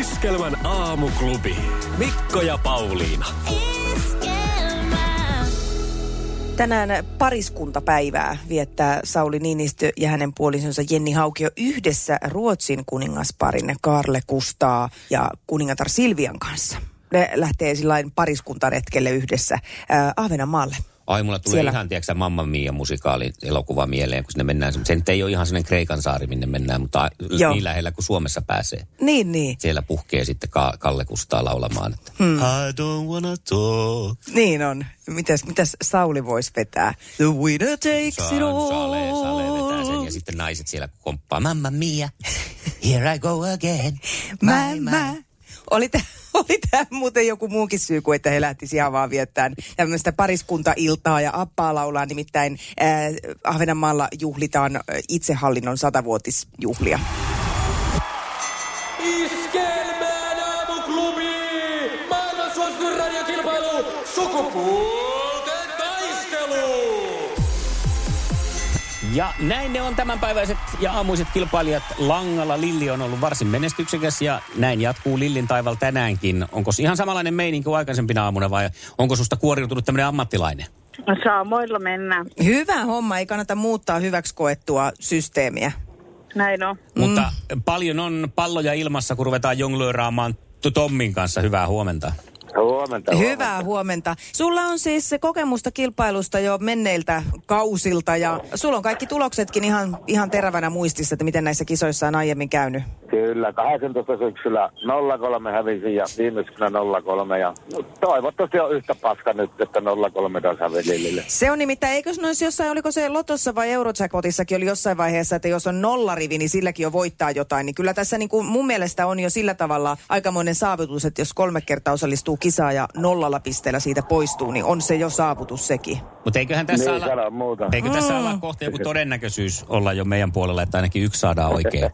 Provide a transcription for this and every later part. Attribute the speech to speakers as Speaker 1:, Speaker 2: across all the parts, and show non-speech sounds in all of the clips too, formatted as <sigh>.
Speaker 1: Iskelmän aamuklubi. Mikko ja Pauliina.
Speaker 2: Tänään pariskuntapäivää viettää Sauli Niinistö ja hänen puolisonsa Jenni Haukio yhdessä Ruotsin kuningasparin Karle Kustaa ja kuningatar Silvian kanssa. Ne lähtee sillain pariskuntaretkelle yhdessä äh, Ahvenanmaalle.
Speaker 3: Ai, mulla tulee
Speaker 2: Siellä.
Speaker 3: Siellä. ihan, tiedätkö Mamma Mia musikaali elokuva mieleen, kun sinne mennään. Se nyt ei ole ihan sellainen Kreikan saari, minne mennään, mutta
Speaker 2: Joo.
Speaker 3: Joo. niin lähellä kuin Suomessa pääsee.
Speaker 2: Niin, niin.
Speaker 3: Siellä puhkee sitten Ka- Kalle Kustaa laulamaan. Että.
Speaker 2: Hmm.
Speaker 3: I don't wanna talk.
Speaker 2: Niin on. Mitäs, mitäs Sauli voisi vetää? The winner takes it all.
Speaker 3: Sale, sale vetää sen ja sitten naiset siellä komppaa. Mamma Mia, here I go again.
Speaker 2: Mä, niin, mä. Oli tämä oli tää <laughs> muuten joku muukin syy kuin, että he lähtisi ihan vaan viettään tämmöistä pariskuntailtaa ja appaa laulaa. Nimittäin äh, Ahvenanmaalla juhlitaan äh, itsehallinnon satavuotisjuhlia.
Speaker 4: Iskelmään aamuklubi! Maailman suosituin radiokilpailu! Sukupuolten taistelu!
Speaker 3: Ja näin ne on tämänpäiväiset ja aamuiset kilpailijat. Langalla Lilli on ollut varsin menestyksekäs ja näin jatkuu Lillin taival tänäänkin. Onko ihan samanlainen meininki kuin aikaisempina aamuna vai onko susta kuoriutunut tämmöinen ammattilainen?
Speaker 5: No Saamoilla mennään.
Speaker 2: Hyvä homma, ei kannata muuttaa hyväksi koettua systeemiä.
Speaker 5: Näin on.
Speaker 3: Mm. Mutta paljon on palloja ilmassa, kun ruvetaan jonglööraamaan Tu- Tommin kanssa. Hyvää huomenta.
Speaker 6: Huomenta.
Speaker 2: Hyvää huomenta. Sulla on siis se kokemusta kilpailusta jo menneiltä kausilta ja sulla on kaikki tuloksetkin ihan, ihan terävänä muistissa, että miten näissä kisoissa on aiemmin käynyt.
Speaker 6: Kyllä, 18 syksyllä 03 hävisin ja viime syksynä 03 ja no, toivottavasti on yhtä paska nyt, että 03 taas hävisi Lillille.
Speaker 2: Se on nimittäin, eikös noissa jossain, oliko se Lotossa vai Eurojackpotissakin oli jossain vaiheessa, että jos on nollarivi, niin silläkin jo voittaa jotain. Niin kyllä tässä niin kuin mun mielestä on jo sillä tavalla aikamoinen saavutus, että jos kolme kertaa osallistuu kisaan ja nollalla pisteellä siitä poistuu, niin on se jo saavutus sekin.
Speaker 3: Mutta eiköhän tässä
Speaker 6: Niin, sano muuta.
Speaker 3: Eikö tässä olla kohta joku todennäköisyys olla jo meidän puolella, että ainakin yksi saadaan oikein?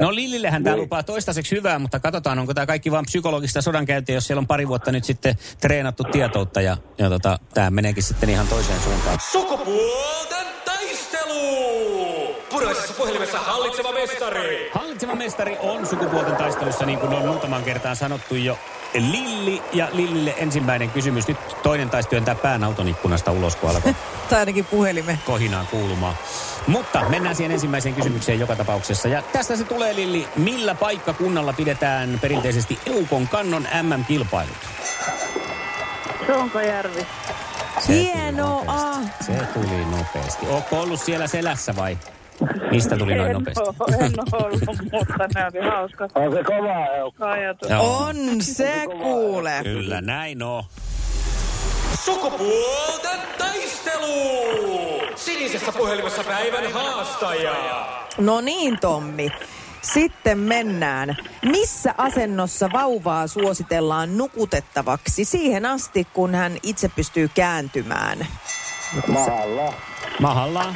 Speaker 3: No Lillillehän tämä lupaa toistaiseksi hyvää, mutta katsotaan, onko tämä kaikki vain psykologista sodankäyntiä, jos siellä on pari vuotta nyt sitten treenattu tietoutta ja, ja tota, tämä meneekin sitten ihan toiseen suuntaan.
Speaker 4: Sukupuolten taistelu! Puraisessa puhelimessa hallitseva mestari!
Speaker 3: Hallitseva mestari on sukupuolten taistelussa, niin kuin on muutaman kertaan sanottu jo. Lilli ja Lillille ensimmäinen kysymys. Nyt toinen taisi työntää pään auton ikkunasta ulos, kun alkoi
Speaker 2: Tai ainakin puhelimeen.
Speaker 3: kohinaa kuulumaan. Mutta mennään siihen ensimmäiseen kysymykseen joka tapauksessa. Ja tästä se tulee, Lilli. Millä paikkakunnalla pidetään perinteisesti Eukon kannon MM-kilpailut?
Speaker 5: Sonkojärvi.
Speaker 3: Se tuli
Speaker 2: Hienoa.
Speaker 3: nopeasti. Se tuli nopeasti. Ootko ollut siellä selässä vai? Mistä tuli Niin noin
Speaker 5: En
Speaker 3: nopeasti?
Speaker 5: oo- en oo ollut, mutta ne oli hauska
Speaker 6: On se kova eukko.
Speaker 5: ajatus.
Speaker 3: Joo,
Speaker 2: On se kuule.
Speaker 3: Kyllä, näin on.
Speaker 4: Sukupuolten taistelu! Sinisessä puhelimessa päivän haastaja!
Speaker 2: No niin, Tommi. Sitten mennään. Missä asennossa vauvaa suositellaan nukutettavaksi siihen asti, kun hän itse pystyy kääntymään?
Speaker 6: Mahalla.
Speaker 3: Mahallaan.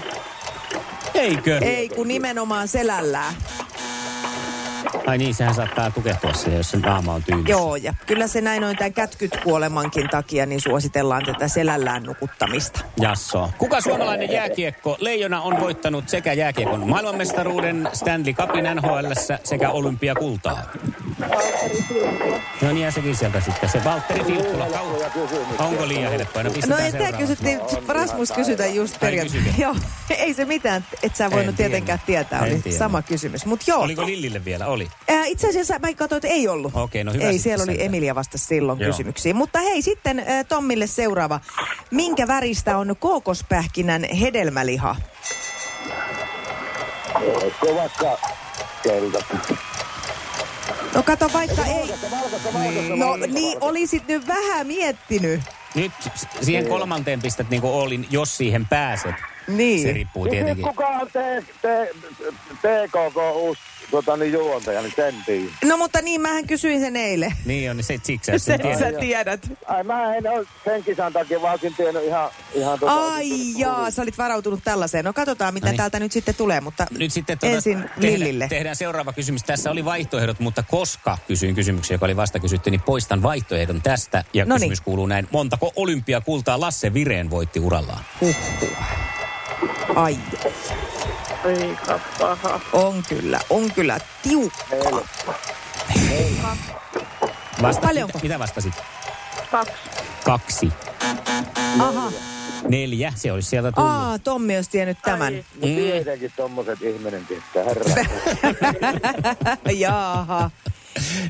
Speaker 3: Eikö?
Speaker 2: Ei, kun nimenomaan selällään.
Speaker 3: Ai niin, sehän saattaa tukehtua siihen, jos sen naama on tyyni.
Speaker 2: Joo, ja kyllä se näin on tämän kätkyt kuolemankin takia, niin suositellaan tätä selällään nukuttamista.
Speaker 3: Jasso. Kuka suomalainen jääkiekko leijona on voittanut sekä jääkiekon maailmanmestaruuden Stanley Cupin nhl sekä olympiakultaa? No niin, ja sekin sieltä sitten. Se Valtteri Filppula. Kau- Onko liian helppoa? No,
Speaker 2: No
Speaker 3: pistetään
Speaker 2: ei tämä
Speaker 3: seuraavaksi.
Speaker 2: kysyttiin, Rasmus kysytä just
Speaker 3: kysytä.
Speaker 2: periaatteessa. Joo, <laughs> ei se mitään, et sä voinut
Speaker 3: En
Speaker 2: tietenkään
Speaker 3: tiennyt.
Speaker 2: tietää,
Speaker 3: En
Speaker 2: oli
Speaker 3: tiennyt.
Speaker 2: sama kysymys. Mutta joo,
Speaker 3: Oliko Lillille vielä? Oli.
Speaker 2: Ää, Itse asiassa mä katsoin, että ei ollut.
Speaker 3: Okei, no hyvä
Speaker 2: Ei,
Speaker 3: sitten
Speaker 2: siellä oli
Speaker 3: sentään.
Speaker 2: Emilia vasta silloin Joo.
Speaker 3: Joo.
Speaker 2: kysymyksiin. Mutta hei, sitten ää, Tommille seuraava. Minkä väristä on kookospähkinän hedelmäliha?
Speaker 6: Eikö vaikka kelta.
Speaker 2: No kato, vaikka ei... No niin, olisit nyt vähän miettinyt.
Speaker 3: Nyt s- siihen kolmanteen pistät niin kuin olin, jos siihen pääset. Se
Speaker 2: Niin.
Speaker 3: riippuu
Speaker 6: Niin
Speaker 3: tietenkin.
Speaker 6: nyt kuka on te, te, TKK uusi tota, niin juontaja, niin sen tii.
Speaker 2: No mutta niin, mähän kysyin sen eilen.
Speaker 3: Niin on, niin se siksi.
Speaker 2: Sen
Speaker 3: Sen
Speaker 2: sä tiedät.
Speaker 6: Ai mä en ole sen kisan takia, vaan olisin tiennyt ihan... ihan tota,
Speaker 2: Ai jaa, sä olit varautunut tällaiseen. No katsotaan, mitä
Speaker 3: No niin.
Speaker 2: täältä nyt sitten tulee, mutta
Speaker 3: Nyt sitten tuota,
Speaker 2: ensin Lillille.
Speaker 3: tehdään seuraava kysymys. Tässä oli vaihtoehdot, mutta koska kysyin kysymyksen, joka oli vasta kysytty, niin poistan vaihtoehdon tästä. Ja
Speaker 2: No
Speaker 3: no
Speaker 2: niin.
Speaker 3: kysymys kuuluu näin. Montako olympiakultaa Lasse Vireen voitti urallaan?
Speaker 2: Huhhuh. Ai,
Speaker 5: Aika paha.
Speaker 2: on kyllä, on kyllä tiukka.
Speaker 3: Vasta,
Speaker 2: Paljonko?
Speaker 3: Mitä, mitä vastasit?
Speaker 5: Kaksi.
Speaker 3: Kaksi.
Speaker 2: Aha.
Speaker 3: Neljä. Se olisi sieltä tullut.
Speaker 2: Aa, Tommi olisi tiennyt tämän. <laughs>
Speaker 5: Ai.
Speaker 6: Mutta tietenkin tommoset ihminen tietää,
Speaker 3: <laughs>
Speaker 6: herra.
Speaker 2: Jaaha.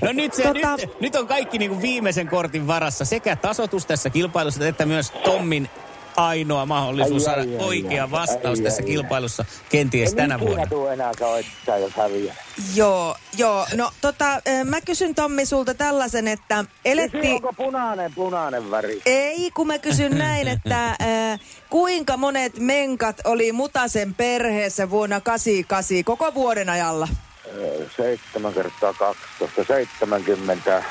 Speaker 3: No nyt, se,
Speaker 2: Tota-
Speaker 3: nyt, nyt on kaikki niin kuin viimeisen kortin varassa. Sekä tasotus tässä kilpailussa, että myös Tommin ainoa mahdollisuus
Speaker 6: Ai, ai,
Speaker 3: saada
Speaker 6: ai,
Speaker 3: oikea
Speaker 6: ai,
Speaker 3: vastaus
Speaker 6: ai,
Speaker 3: tässä
Speaker 6: ai, No
Speaker 3: kilpailussa kenties tänä
Speaker 6: Ei
Speaker 3: vuonna.
Speaker 6: siinä tuu enää soittaa, jos häviää.
Speaker 2: Joo, joo. No tota, eh, mä kysyn Tommi sulta tällaisen, että
Speaker 6: Kysy,
Speaker 2: elettiin...
Speaker 6: onko punainen, punainen väri?
Speaker 2: Ei, kun mä kysyn näin, että äh, kuinka monet menkat oli Mutasen perheessä vuonna 88 koko vuoden ajalla?
Speaker 6: Öö, 7 kertaa 12, 70,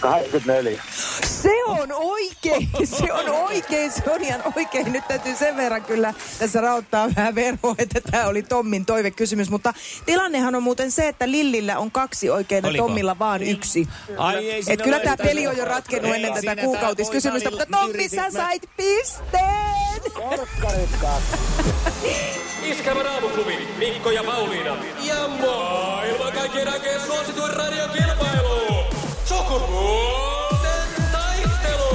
Speaker 6: 84.
Speaker 2: Se on oikein, <laughs> se on oikein, se on ihan oikein. Nyt täytyy sen verran kyllä tässä rauttaa vähän veroa, että tämä oli Tommin toivekysymys. Mutta tilannehan on muuten se, että Lillillä on kaksi oikein ja
Speaker 3: Oliko? Niin.
Speaker 2: Tommilla vaan yksi.
Speaker 3: Ai, ei
Speaker 2: Et
Speaker 3: siinä
Speaker 2: kyllä
Speaker 3: ole
Speaker 2: tämä
Speaker 3: sitä-
Speaker 2: peli on jo ratkennut
Speaker 3: Ei,
Speaker 2: ennen tätä
Speaker 3: siinä tää
Speaker 2: kuukautiskysymystä, mutta
Speaker 3: voidaan
Speaker 2: Tommi,
Speaker 3: yritin mä-
Speaker 2: sä sait pisteen!
Speaker 6: Korkkarit kaksi.
Speaker 4: Iskävä raamuklubi, Mikko ja Pauliina. Ja maailman kaikkien aikeen suosituen radiokilpailu. Sukupuolten taistelu.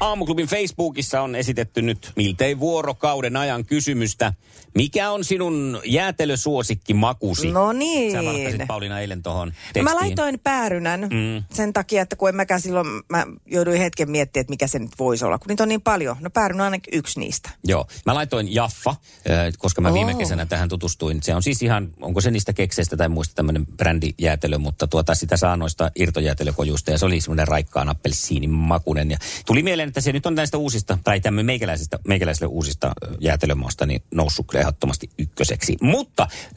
Speaker 3: Aamuklubin Facebookissa on esitetty nyt miltei vuorokauden ajan kysymystä. Mikä on sinun jäätelösuosikki makusi?
Speaker 2: No niin.
Speaker 3: Siis Sä vastasit Pauliina eilen tohon tekstiin.
Speaker 2: Mä laitoin päärynän mm. sen takia, että kun en mäkään silloin, mä jouduin hetken miettimään, että mikä se nyt voisi olla, kun niitä on niin paljon. No päärynä on ainakin yksi niistä.
Speaker 3: Joo, mä laitoin Jaffa, äh, koska mä viime
Speaker 2: Oo.
Speaker 3: kesänä tähän tutustuin. Se on siis ihan, onko se niistä kekseistä tai muista tämmöinen brändijäätelö, mutta tuota sitä saa noista irtojäätelökojuista ja se oli semmoinen raikkaan appelsiinin makunen. Ja tuli mieleen, että se nyt on näistä uusista, tai tämmöinen meikäläisistä, meikäläisille uusista äh, jäätelömaasta niin noussut kyllä ehdottomasti ykköseksi. Mutta äh,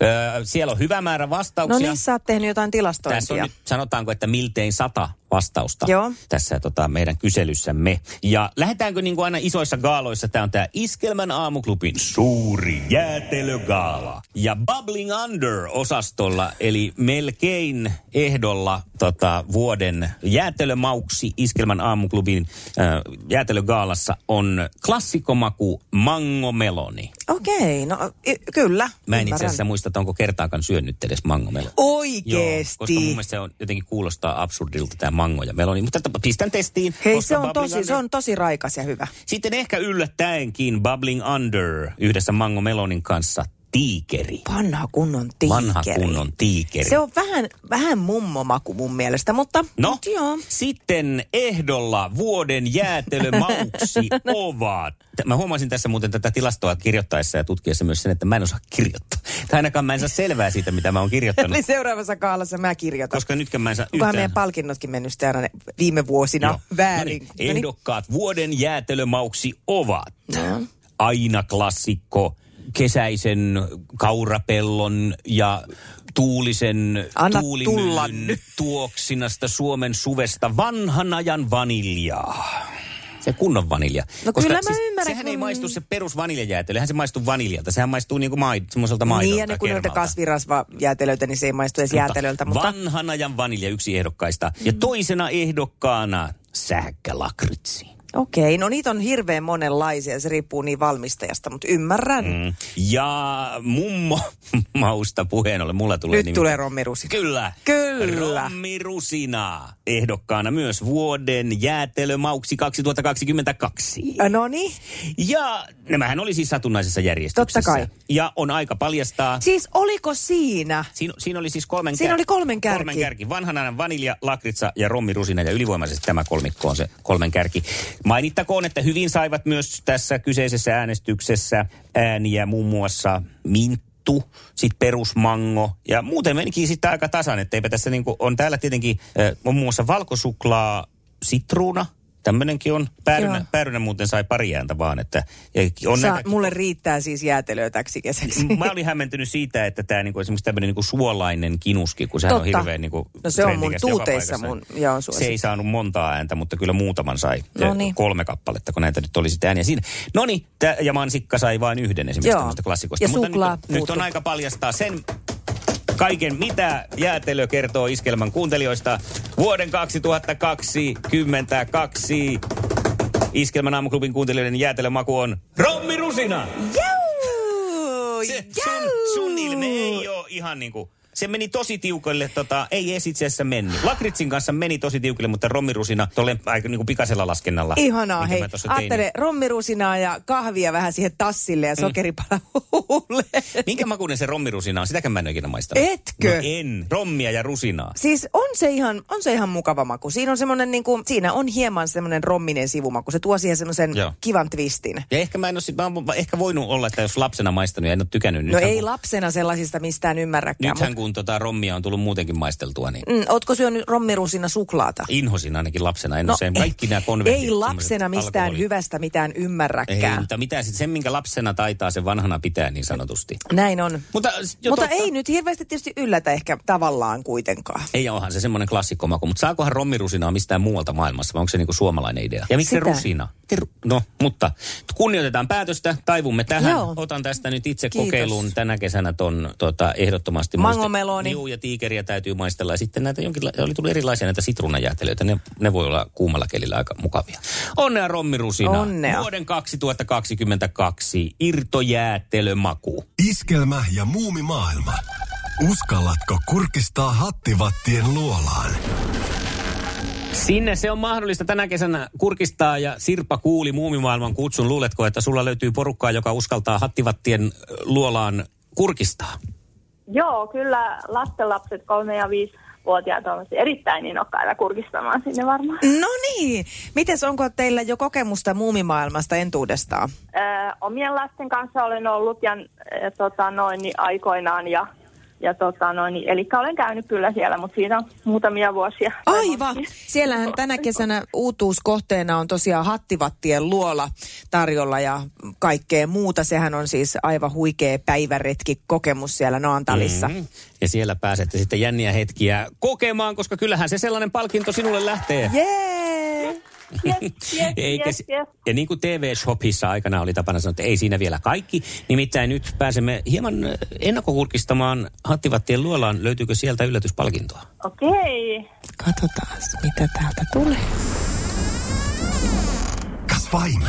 Speaker 3: siellä on hyvä määrä
Speaker 2: No
Speaker 3: vastauksia.
Speaker 2: niin, sä oot tehnyt jotain
Speaker 3: Tässä on
Speaker 2: tilastointia.
Speaker 3: nyt, sanotaanko, että miltein sata vastausta
Speaker 2: Joo.
Speaker 3: tässä tota, meidän kyselyssämme. Ja lähdetäänkö niin kuin aina isoissa gaaloissa, tämä on tämä Iskelmän aamuklubin suuri jäätelögaala. Ja Bubbling Under-osastolla, eli melkein ehdolla tota, vuoden jäätelömauksi Iskelmän aamuklubin äh, jäätelögaalassa on klassikomaku mangomeloni.
Speaker 2: Okei, no y- kyllä.
Speaker 3: Mä en itse
Speaker 2: ymmärrän.
Speaker 3: asiassa muista, että onko kertaakaan syönyt edes mangomeloni. Joo, koska mun
Speaker 2: Oikeesti.
Speaker 3: mielestä se on, jotenkin kuulostaa absurdilta tämä mango ja meloni, mutta tätä pistän testiin.
Speaker 2: Hei,
Speaker 3: koska
Speaker 2: se on,
Speaker 3: Bubbling
Speaker 2: tosi, se
Speaker 3: Under-
Speaker 2: on tosi raikas ja hyvä.
Speaker 3: Sitten ehkä yllättäenkin Bubbling Under yhdessä mango melonin kanssa tiikeri.
Speaker 2: Vanha kunnon tiikeri.
Speaker 3: Vanha kunnon tiikeri.
Speaker 2: Se on vähän, vähän mummomaku mun mielestä, mutta
Speaker 3: No,
Speaker 2: mut joo.
Speaker 3: sitten ehdolla vuoden
Speaker 2: <laughs>
Speaker 3: jäätelömauksi ovat. Mä huomasin tässä muuten tätä tilastoa kirjoittaessa ja tutkiessa myös sen, että mä en osaa kirjoittaa. Tai ainakaan mä en saa selvää siitä, mitä mä oon kirjoittanut.
Speaker 2: Eli seuraavassa kaalassa mä kirjoitan.
Speaker 3: No. Koska nytkään mä en saa
Speaker 2: Kunhan
Speaker 3: yhtään...
Speaker 2: meidän palkinnotkin mennyt sitten aina ne viime vuosina
Speaker 3: Joo.
Speaker 2: väärin.
Speaker 3: No niin, ehdokkaat vuoden jäätelömauksi ovat aina klassikko kesäisen kaurapellon ja tuulisen
Speaker 2: Anna
Speaker 3: tuulimyllyn
Speaker 2: tulla
Speaker 3: tuoksinasta Suomen suvesta vanhan ajan vaniljaa. Se kunnon vanilja. siis
Speaker 2: No kyllä mä ymmärrän,
Speaker 3: Sehän ei
Speaker 2: kun-
Speaker 3: maistu se perus vaniljajäätelö, eihän se maistu vaniljalta. Sehän maistuu niinku maid, semmoiselta maidolta
Speaker 2: Niin, ja ne kun noita
Speaker 3: kermalta.
Speaker 2: kasvirasvajäätelöitä, niin se ei maistu edes jäätelöltä, mutta...
Speaker 3: Vanhan ajan vanilja yksi ehdokkaista. Ja toisena ehdokkaana sähkälakritsi.
Speaker 2: Okei, no niitä on hirveän monenlaisia, se riippuu niin valmistajasta, mutta ymmärrän. Mm,
Speaker 3: Mm. Ja mummo <laughs> mausta puheen ollen, mulla tulee
Speaker 2: Nyt
Speaker 3: nimi.
Speaker 2: tulee rommirusi.
Speaker 3: Kyllä.
Speaker 2: Kyllä.
Speaker 3: Rommi Rusina ehdokkaana myös vuoden jäätelömauksi 2022.
Speaker 2: No niin,
Speaker 3: Ja nämähän oli siis satunnaisessa järjestyksessä.
Speaker 2: Totta kai.
Speaker 3: Ja on aika paljastaa.
Speaker 2: siis oliko siinä?
Speaker 3: Siinä, siinä oli siis kolmen
Speaker 2: Siinä oli kolmen kärki.
Speaker 3: Kolmen kärki. Vanhan ajan vanilja, lakritsa ja rommi rusina ja ylivoimaisesti tämä kolmikko on se kolmen kärki. Mainittakoon, että hyvin saivat myös tässä kyseisessä äänestyksessä ääniä muun muassa minttu, sitten perusmango ja muuten menikin sitten aika tasan, että eipä tässä niinku, on täällä tietenkin äh, on muun muassa valkosuklaa, sitruuna, tämmöinenkin on.
Speaker 2: Joo.
Speaker 3: Päärynä, päärynä muuten sai pari ääntä vaan, että ja on
Speaker 2: Sä,
Speaker 3: näitäkin-
Speaker 2: mulle riittää siis jäätelöä täksi kesäksi.
Speaker 3: Siis
Speaker 2: <laughs>
Speaker 3: mä olin hämmentynyt siitä, että tämä niinku, esimerkiksi tämmöinen niinku suolainen kinuski, kun sehän on
Speaker 2: Totta.
Speaker 3: hirveän niinku,
Speaker 2: No se on mun
Speaker 3: trendikäs joka
Speaker 2: tuuteissa
Speaker 3: paikassa.
Speaker 2: mun- joo, suosikki.
Speaker 3: Se ei saanut montaa ääntä, mutta kyllä muutaman sai.
Speaker 2: No
Speaker 3: No
Speaker 2: niin.
Speaker 3: Kolme kappaletta, kun näitä nyt oli sitten ääniä siinä. No niin, tä- ja mansikka sai vain yhden esimerkiksi
Speaker 2: Joo.
Speaker 3: tämmöistä klassikosta.
Speaker 2: Ja
Speaker 3: mutta
Speaker 2: suklaa
Speaker 3: nyt, nyt
Speaker 2: puuttuu.
Speaker 3: on aika paljastaa sen kaiken, mitä jäätelö kertoo iskelman kuuntelijoista vuoden 2022 Iskelmän aamuklubin kuuntelijoiden jäätelömaku on
Speaker 4: Rommi Rusina.
Speaker 2: Jau!
Speaker 3: se,
Speaker 2: Jau!
Speaker 3: sun, sun ilme ei ole ihan niin kuin, se meni tosi tiukoille, tota, ei edes itse asiassa mennyt. Lakritsin kanssa meni tosi tiukille, mutta rommirusina tuolle aika niin kuin pikaisella laskennalla.
Speaker 2: Ihanaa,
Speaker 3: minkä
Speaker 2: hei.
Speaker 3: mä tossa tein,
Speaker 2: Ajattele rommirusinaa ja kahvia vähän siihen tassille ja
Speaker 3: Mm.
Speaker 2: sokeripala huuleen.
Speaker 3: niin- Minkä makuinen se rommirusina on? Sitäkään mä en ole ikinä maistanut.
Speaker 2: Etkö?
Speaker 3: No en. Rommia ja rusinaa.
Speaker 2: Siis on se ihan, on se ihan mukava maku. Siinä on semmoinen niin kuin, siinä on hieman semmoinen romminen sivumaku. Se tuo siihen semmoisen
Speaker 3: Joo.
Speaker 2: kivan twistin. No
Speaker 3: Ja ehkä mä en ole, sit- mä oon ehkä voinut olla, että jos lapsena maistanut ja en ole tykännyt.
Speaker 2: No
Speaker 3: Nythän
Speaker 2: ei
Speaker 3: kun-
Speaker 2: lapsena sellaisista mistään ymmärräkään.
Speaker 3: Nythän kun tota rommia on tullut muutenkin maisteltua, niin
Speaker 2: mut, mm, ootko syönyt rommirusina suklaata?
Speaker 3: inhosin ainakin lapsena. En no, sen kaikki nämä konvertit.
Speaker 2: ei lapsena
Speaker 3: semmoset
Speaker 2: mistään
Speaker 3: alkoholit.
Speaker 2: hyvästä mitään
Speaker 3: Ei,
Speaker 2: ymmärräkään.
Speaker 3: mutta mitä sitten, sen minkä lapsena taitaa, sen vanhana pitää niin sanotusti.
Speaker 2: Näin on.
Speaker 3: Mutta, jo
Speaker 2: Mutta
Speaker 3: totta-
Speaker 2: ei nyt hirveästi tietysti yllätä ehkä tavallaan kuitenkaan.
Speaker 3: Ei, ja onhan se semmoinen klassikkomaku, mutta saakohan rommirusinaa mistään muualta maailmassa, vai onko se niinku suomalainen idea? Ja miksi se
Speaker 2: Sitä.
Speaker 3: rusina? Miten ru- No, mutta kunnioitetaan päätöstä, taivumme tähän.
Speaker 2: Joo.
Speaker 3: Otan tästä nyt itse
Speaker 2: Kiitos.
Speaker 3: kokeiluun tänä kesänä ton tota, ehdottomasti.
Speaker 2: Mangomeloni.
Speaker 3: Juu, ja tiikeriä täytyy maistella. Ja sitten näitä jonkinla- oli tullut erilaisia näitä sitruunajäätelöitä, ne, ne voi olla kuumalla kelillä aika mukavia. Onnea rommirusina.
Speaker 2: Onnea.
Speaker 3: Vuoden 2022 irtojäätelömaku.
Speaker 4: Iskelmä ja muumi maailma. Uskallatko kurkistaa hattivattien luolaan?
Speaker 3: Sinne se on mahdollista tänä kesänä kurkistaa ja Sirpa kuuli muumimaailman kutsun. Luuletko, että sulla löytyy porukkaa, joka uskaltaa hattivattien ö, luolaan kurkistaa?
Speaker 7: Joo, kyllä lastenlapset, kolme- ja viisivuotiaat on erittäin innokkaita kurkistamaan sinne varmaan.
Speaker 2: No niin. Mites onko teillä jo kokemusta muumimaailmasta entuudestaan?
Speaker 7: Ö, omien lasten kanssa olen ollut ja, ö, tota, noin, niin aikoinaan ja, ja tota, noin, niin, eli olen käynyt kyllä siellä, mutta siitä on muutamia vuosia.
Speaker 2: Aivan. Siellähän tänä kesänä uutuuskohteena on tosiaan hattivattien luola tarjolla ja kaikkea muuta. Sehän on siis aivan huikea päiväretki kokemus siellä Naantalissa. Mm-hmm.
Speaker 3: Mm. Ja siellä pääsette sitten jänniä hetkiä kokemaan, koska kyllähän se sellainen palkinto sinulle lähtee.
Speaker 2: Jee!
Speaker 7: Yes, yes,
Speaker 3: <laughs> Eikä
Speaker 7: yes,
Speaker 3: se-
Speaker 7: yes.
Speaker 3: Ja niin kuin TV-shopissa aikana oli tapana sanoa, että ei siinä vielä kaikki. Nimittäin nyt pääsemme hieman ö, ennakkokurkistamaan hattivattien luolaan. Löytyykö sieltä yllätyspalkintoa?
Speaker 7: Okei.
Speaker 2: Katsotaan, mitä täältä tulee.
Speaker 4: Kas vain.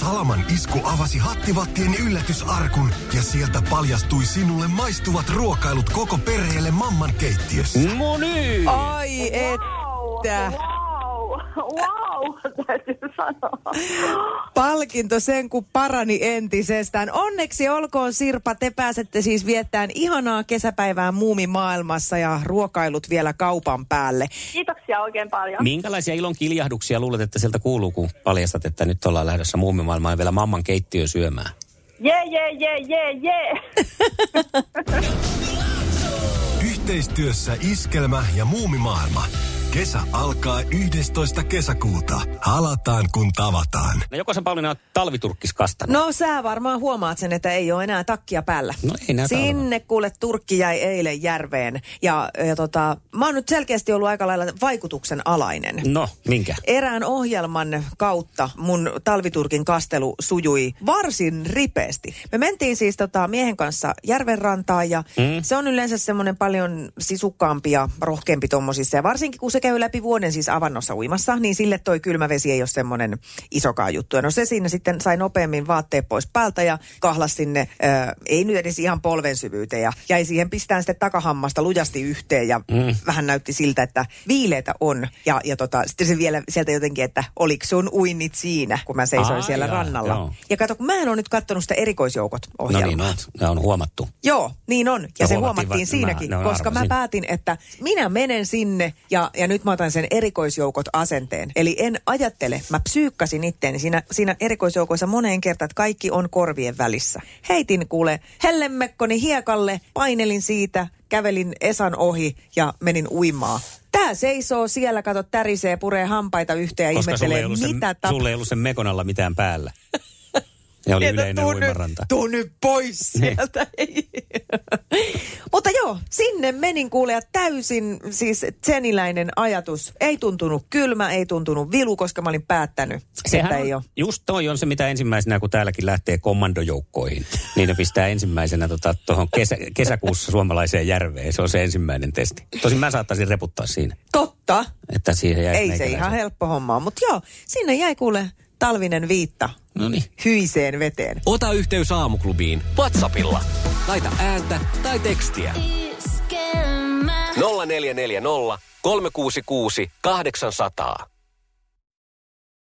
Speaker 4: Salaman isku avasi hattivattien yllätysarkun ja sieltä paljastui sinulle maistuvat ruokailut koko perheelle mamman keittiössä.
Speaker 3: No niin!
Speaker 2: Ai että.
Speaker 7: Wow, wow, <laughs> täytyy sanoa.
Speaker 2: Palkinto sen kun parani entisestään. Onneksi olkoon Sirpa, te pääsette siis viettämään ihanaa kesäpäivää muumimaailmassa ja ruokailut vielä kaupan päälle.
Speaker 7: Kiitoksia oikein paljon.
Speaker 3: Minkälaisia ilon kiljahduksia luulet, että sieltä kuuluu, kun paljastat, että nyt ollaan lähdössä muumimaailmaan ja vielä mamman keittiö syömään?
Speaker 7: Jee, jee, jee, jee, jee.
Speaker 4: Yhteistyössä Iskelmä ja Muumimaailma. Kesä alkaa 11. kesäkuuta. Halataan kun tavataan.
Speaker 3: No joko sä Pauliina oot talviturkkiskastana?
Speaker 2: No sä varmaan huomaat sen, että ei ole enää takkia päällä.
Speaker 3: No ei näytä
Speaker 2: Sinne kuule Turkki jäi eilen järveen ja, ja tota, mä oon nyt selkeästi ollut aika lailla vaikutuksen alainen.
Speaker 3: No, minkä?
Speaker 2: Erään ohjelman kautta mun talviturkin kastelu sujui varsin ripeästi. Me mentiin siis tota miehen kanssa järvenrantaan ja mm. se on yleensä semmoinen paljon sisukkaampi ja rohkeampi tommosissa. Ja varsinkin kun se käy läpi vuoden siis avannossa uimassa, niin sille toi kylmä vesi ei ole semmoinen isokaan juttu. Ja no se siinä sitten sai nopeammin vaatteet pois päältä ja kahlas sinne, ö, ei nyt edes ihan polven syvyyteen ja jäi siihen pistään sitten takahammasta lujasti yhteen ja mm. vähän näytti siltä, että viileitä on. Ja, ja tota, sitten se vielä sieltä jotenkin, että oliko sun uinnit siinä, kun mä seisoin
Speaker 3: Ai
Speaker 2: siellä
Speaker 3: jaa,
Speaker 2: rannalla.
Speaker 3: joo.
Speaker 2: Ja kato, kun mä en ole nyt katsonut sitä erikoisjoukot
Speaker 3: No
Speaker 2: ohjelmaa.
Speaker 3: niin, no, ne on huomattu.
Speaker 2: Joo, niin on. Ja,
Speaker 3: Ja
Speaker 2: se
Speaker 3: huomattiin
Speaker 2: huomattiin
Speaker 3: va-
Speaker 2: siinäkin,
Speaker 3: mä- no,
Speaker 2: mä, koska mä
Speaker 3: arvasin.
Speaker 2: päätin, että minä menen sinne ja, ja nyt mä otan sen erikoisjoukot asenteen. Eli en ajattele, mä psyykkäsin itteeni siinä, siinä erikoisjoukoissa moneen kertaan, että kaikki on korvien välissä. Heitin kuule hellemmekkoni hiekalle, painelin siitä, kävelin Esan ohi ja menin uimaan. Tää seisoo siellä, kato, tärisee, puree hampaita yhteen ja
Speaker 3: Koska sulle ei,
Speaker 2: ihmettelee,
Speaker 3: ollut sen,
Speaker 2: mitä tapahtuu.
Speaker 3: sulle ei ollut sen mekon alla mitään päällä. Ja oli
Speaker 2: Että
Speaker 3: yleinen
Speaker 2: tuu nyt-
Speaker 3: uimaranta. Niin.
Speaker 2: Tuu nyt pois sieltä. <laughs> Mutta joo, sinne menin kuule ja täysin siis tseniläinen ajatus. Ei tuntunut kylmä, ei tuntunut vilu, koska mä olin päättänyt, että
Speaker 3: on,
Speaker 2: ei ole.
Speaker 3: just toi on se, mitä ensimmäisenä, kun täälläkin lähtee kommandojoukkoihin, niin ne pistää ensimmäisenä tuohon tota, tohon kesä, kesäkuussa suomalaiseen järveen. Se on se ensimmäinen testi. Tosin mä saattaisin reputtaa siinä,
Speaker 2: Totta,
Speaker 3: että siihen jäisi
Speaker 2: ei se
Speaker 3: meikäläisen.
Speaker 2: ihan helppo homma ole. Mutta joo, sinne jäi kuule talvinen viitta
Speaker 3: No niin.
Speaker 2: hyiseen veteen.
Speaker 1: Ota yhteys aamuklubiin WhatsAppilla
Speaker 4: Laita ääntä tai tekstiä. 0440 366 800.